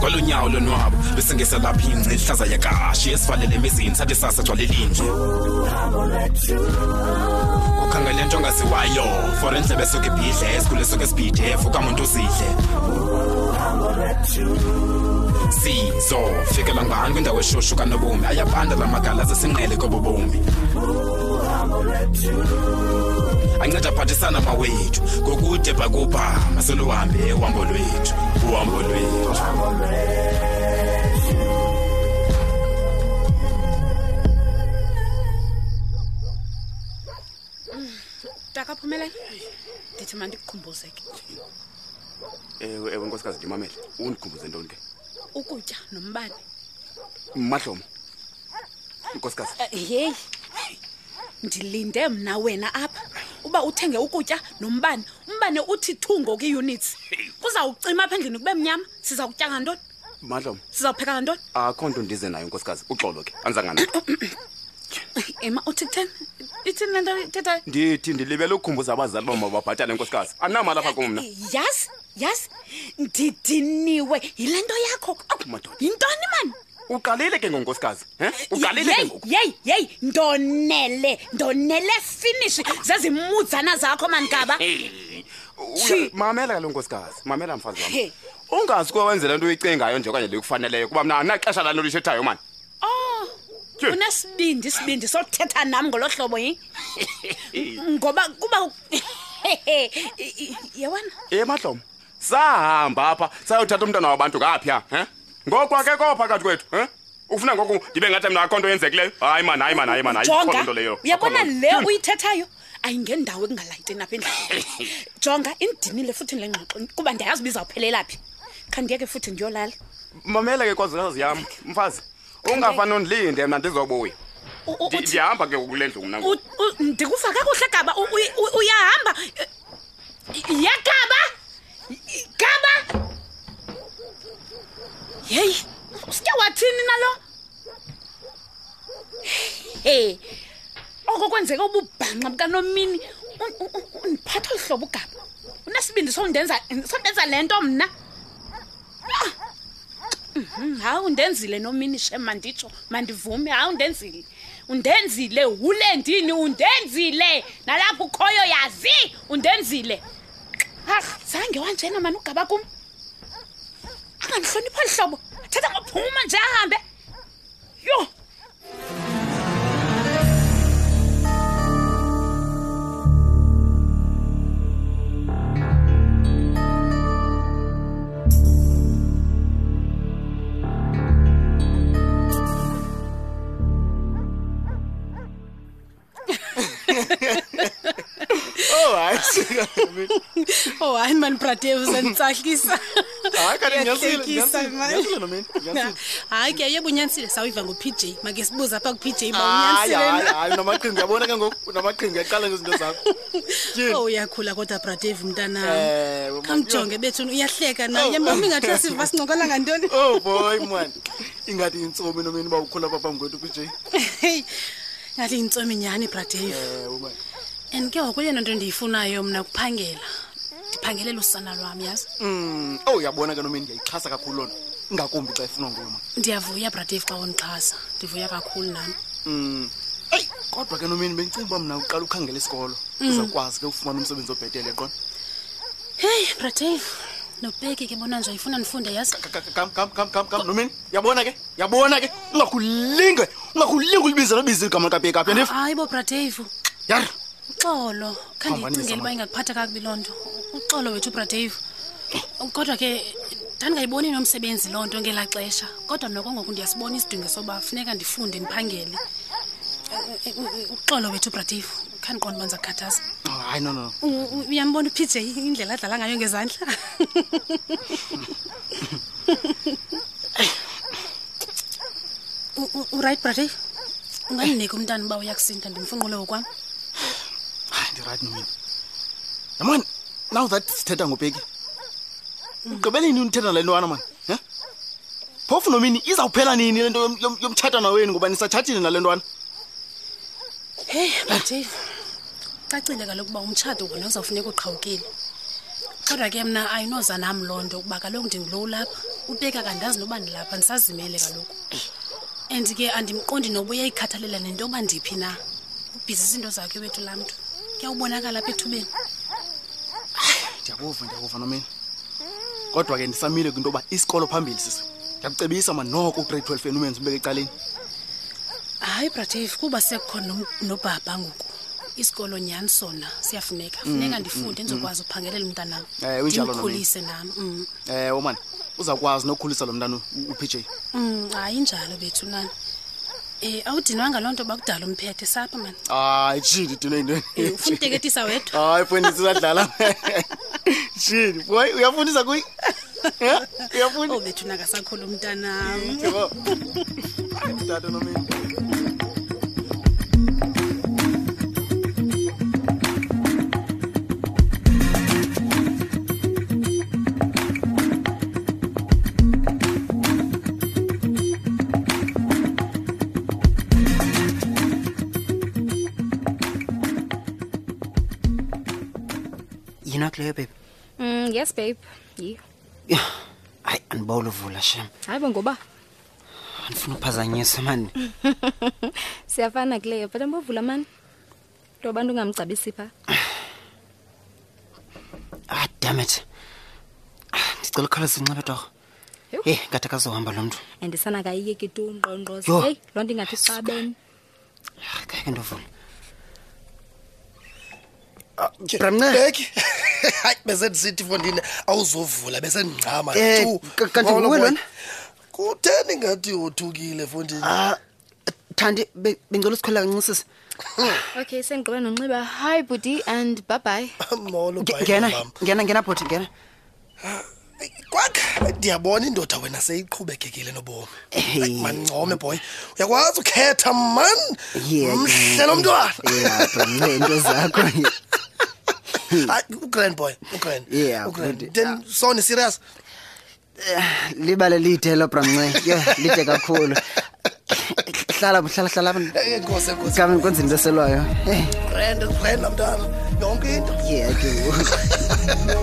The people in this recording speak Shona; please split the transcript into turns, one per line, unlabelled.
kwalonyawo lonwabo besengeselapha ingci ihlaza yakashi esivalele emizini sathi sasa gcwalelinje ukhangele nto ongaziwayo for endlebe esuke ibhidle esikhule esuke esibhidef ukamuntu uzidle sizofikela ngani kwindawo eshushu kanobomi ayabanda la magala zesinqele kobobomi anceda aphathisana mawethu ngokude bhakubha masoluhambe uhambo lwethu uhambo lwethu
ndakaphumelele ndithi mandikukhumbuze ke
ewe Eh, ewe nkosikazi ndimamele undikhumbuze ntoni ke
ukutya nombane
mahlomo nkosikazi
yeyi ndilinde mna wena apha uba uthenge ukutya nombane umbane uthi two ngoku-units kuzawucima apha endlini kube mnyama siza kutya ngantoni
mahlomo
sizawupheka ngantoni
akho nto ndize nayo nkosikazi uxolo ke andizangananto
ema Eh, uthi kutheni ithini le nto ithethayo
ndithi ndilibele ukukhumbuza abazali bam babhatale nkosikazi anamali apha kumna
Eh, yazi yazi ndidiniwe yile nto yakho Awu,
Madoda.
yintoni mani
uqalile ke ngonkosikazi em uqalile ke
yeyi
ngoku
yeyi yeyi ndonele ndonele finishi zezimudzana zakho manikaba
Eh, Hey, uya-
Tshi.
mamela kalo nkosikazi mamela mfazi wam
He.
ungazi kuba wenzela into uyicingayo nje okanye le kufaneleyo kuba mna andinaxesha lalo lishethayo mani
Oh,
Tye.
unesibindi isibindi sothetha nam ngolo hlobo yi ngoba kuba yewena
emahlomo sahamba apha sayothatha umntana wabantu ngaphiya em ngokwa ke ko phakathi kwethu em ufuna ngoku ndibe ngathi mna akho nto yenzekileyo hayi mani hayi mani hayi mani hayi, akho nto leyo, Hmm. akho
uyabona
nto.
le uyithethayo ayingendawo ekungalayiteni apha endlini jonga indinile futhi le ngxoxo kuba ndiyazi uba izawuphelela phi khandiyeke futhi ndiyolala
mamela ke kozikazi yam mfazi ungafani ondilinde mna ndizobuya
U- u-
Ndi-
uthi-
ndiyahamba ke kule ndlu mna ngoku
u- u- ndikuva kakuhle gaba u- u- u- uyahamba yagaba gaba yeyi usitya wathini nalo he oko kwenzeka obubhanxa bukanomini Un- un- un- undiphatha olu hlobo ugaba unesibindi sondenza sondenza le nto mna Ah! Mhm, hayi undenzile nomini shem manditsho mandivume hayi undenzile undenzile wule ndini undenzile nalapho ukhoyo yazi undenzile arh zange wanjena mani ugaba kum angandihlonipha li hlobo athetha ngophuma nje ahambe yho
oh hayi sikazi.
oh hayi mani bradev uzanditsahlisa
hayi kanti ngiyansile,
Uyahlekisa,
ngiyansile,
man.
ngiyansile lo mina, ngiyansile.
hayi ke yebo unyanisile sawiva ngo-pj make sibuza apha ku-pj uba
hayi hayi
unyanisile
hayi unamaqhinga yabona ke ngoku unamaqhinga yaqala ngezinto zakho
na?
tyhini
oh uyakhula kodwa bradev mntanam
ewe man.
kamjonge bethuna uyahleka naye
Oh.
yamam ingathiwa siva sincokola ngantoni
oh boy man ingathi yintsomi nomini uba ukhula apha phambi kwethu kwj
Hey, ngathi yintsomi nyhani bradev
ewe man
and ke ngokuyena nto ndiyifunayo mna kuphangela ndiphangelele usana lwam yazi
Mm, oh uyabona ke nomini ndiyayixhasa kakhulu lona ingakumbi xa ifunwa nguma
ndiyavuya bradev xa wondixhasa ndivuya kakhulu nami
Mm. eyi kodwa ke nomini bendicinga uba mna uqala ukhangela isikolo uzakwazi ke ufumana umsebenzi obhetele qona
heyi bradev nobheki ke bona nje ayifuna ndifunde yazi
Ka- ka- kam kam kam kam kam nomini yabona ke yabona ke ungakulinge ungakulinge ulibize nobize igama likapyekapya ndiv
hayi bo bradev
yari
uxolo
Hambanisa,
khandiyicingela uba
man.
ingakuphatha kakubi loo nto uxolo wethu bradev kodwa ke ndandingayiboni nomsebenzi loo nto ngelaa xesha kodwa mna kongoku ndiyasibona isidingo soba funeka ndifunde ndiphangele Eh, eh, eh, uxolo wethu bradev khandiqonda uba ndizakukhathaza
Oh, hayi no no no.
U- u- uyambona upj indlela adlala ngayo ngezandla U- u- uright bradev ungandinika umntana uba uyakusinda ndimfunqule ngokwam
hayi ndirayithi nomini yamani now that sithetha ngopeki ugqibele nini unithetha nale ntwana mani em phofu nomini izawuphela nini le nto yom- yom- yomtshatana wenu ngoba nisatshatile nale ntwana
heyi bradev cacile kaloku uba umtshato wona uzawufuneka uqhawukile
kodwa ke mna ayinoza nam loo nto kuba kaloku ndingulo ulapha uteka kandazi noba ndilapha ndisazimele kaloku and ke andimqondi noba uyayikhathalela nento yoba ndiphi na ubhizi izinto zakhe wethu laa mntu kuyawubonakala apha ethubeni
ndiyakuva ndiyakuva nomini kodwa ke ndisamile kwinto yoba isikolo phambili sisi ndiyakucebisa ma noko ugrade twelve eni umenze ubeka ecaleni
hayi bratef kuba sekukhona nom- nobhabha ngoku isikolo nyhani sona siyafuneka funeka ndifunde ndizokwazi ukuphangelela umntanam
Ewe, injalo nomini.
ndimkhulise nam mm.
ewe mani uzawukwazi Eh, nokukhulisa lo mntana u- upj
Mm, hayi njalo bethu nani um awudinwanga loo nto bakudala umphethe sapha mani
hayi tshini dino
Eh,
yintoni
ufuna uteketisa wedwa
hayi fondisi sadlala tshini boy uyafundisa kuyi Eh?
o
uyafunda
Oh, bethu nakasakhula umntanam
Jebo. Tata nomini
yina kuleyo bebe
Mm, yes babe. Yi.
Yho, hayi andiba uluvula shem
Hayibo ngoba
andifuna uphazanyisa mani
siyafana kuleyo bhata mbovula mani. Nto abantu ungamcabisi pha.
ah dammit Ah, ndicela ukhawuleza unxibe torho
Yho.
heyi ngathi akazohamba lo mntu
Andisana kayiyeki tu ngqongqozo.
Yho.
Hey, loo nto ingathi xabeni.
Ah, kayeke ndovula bramnce
beki hayi bese ndisithi fondini awuzovula bese ndingxama
Eh,
Tu.
ka- kanti
Wawula
nguwe
boy.
lona?
kutheni ngathi wothukile fondini
thandi be- bengicela usikholela kancincisisa
Okay, sengigqibe nonxiba. Hi buddy and bye-bye.
molo
Nge-
Brian
ngena
bam.
ngena ngena bhoti ngena
kwakha ndiyabona indoda wena seyiqhubekekile nobomi
Eh.
Hayi, mancome boy uyakwazi ukhetha mani
Yeah,
mhle
yeah.
lo mntwana
Yeah, bramnce into zakho
Hayi, ugrand boy ugrand
Yeah,
ugrand
Brandi.
then soni serious
libale lide lo bramnce yho lide kakhulu hlala hlala hlala apha.
Eh, enkosi enkosi
Kambe kwenza into eselwayo hey
grand grand mntana yonke into
yeah I do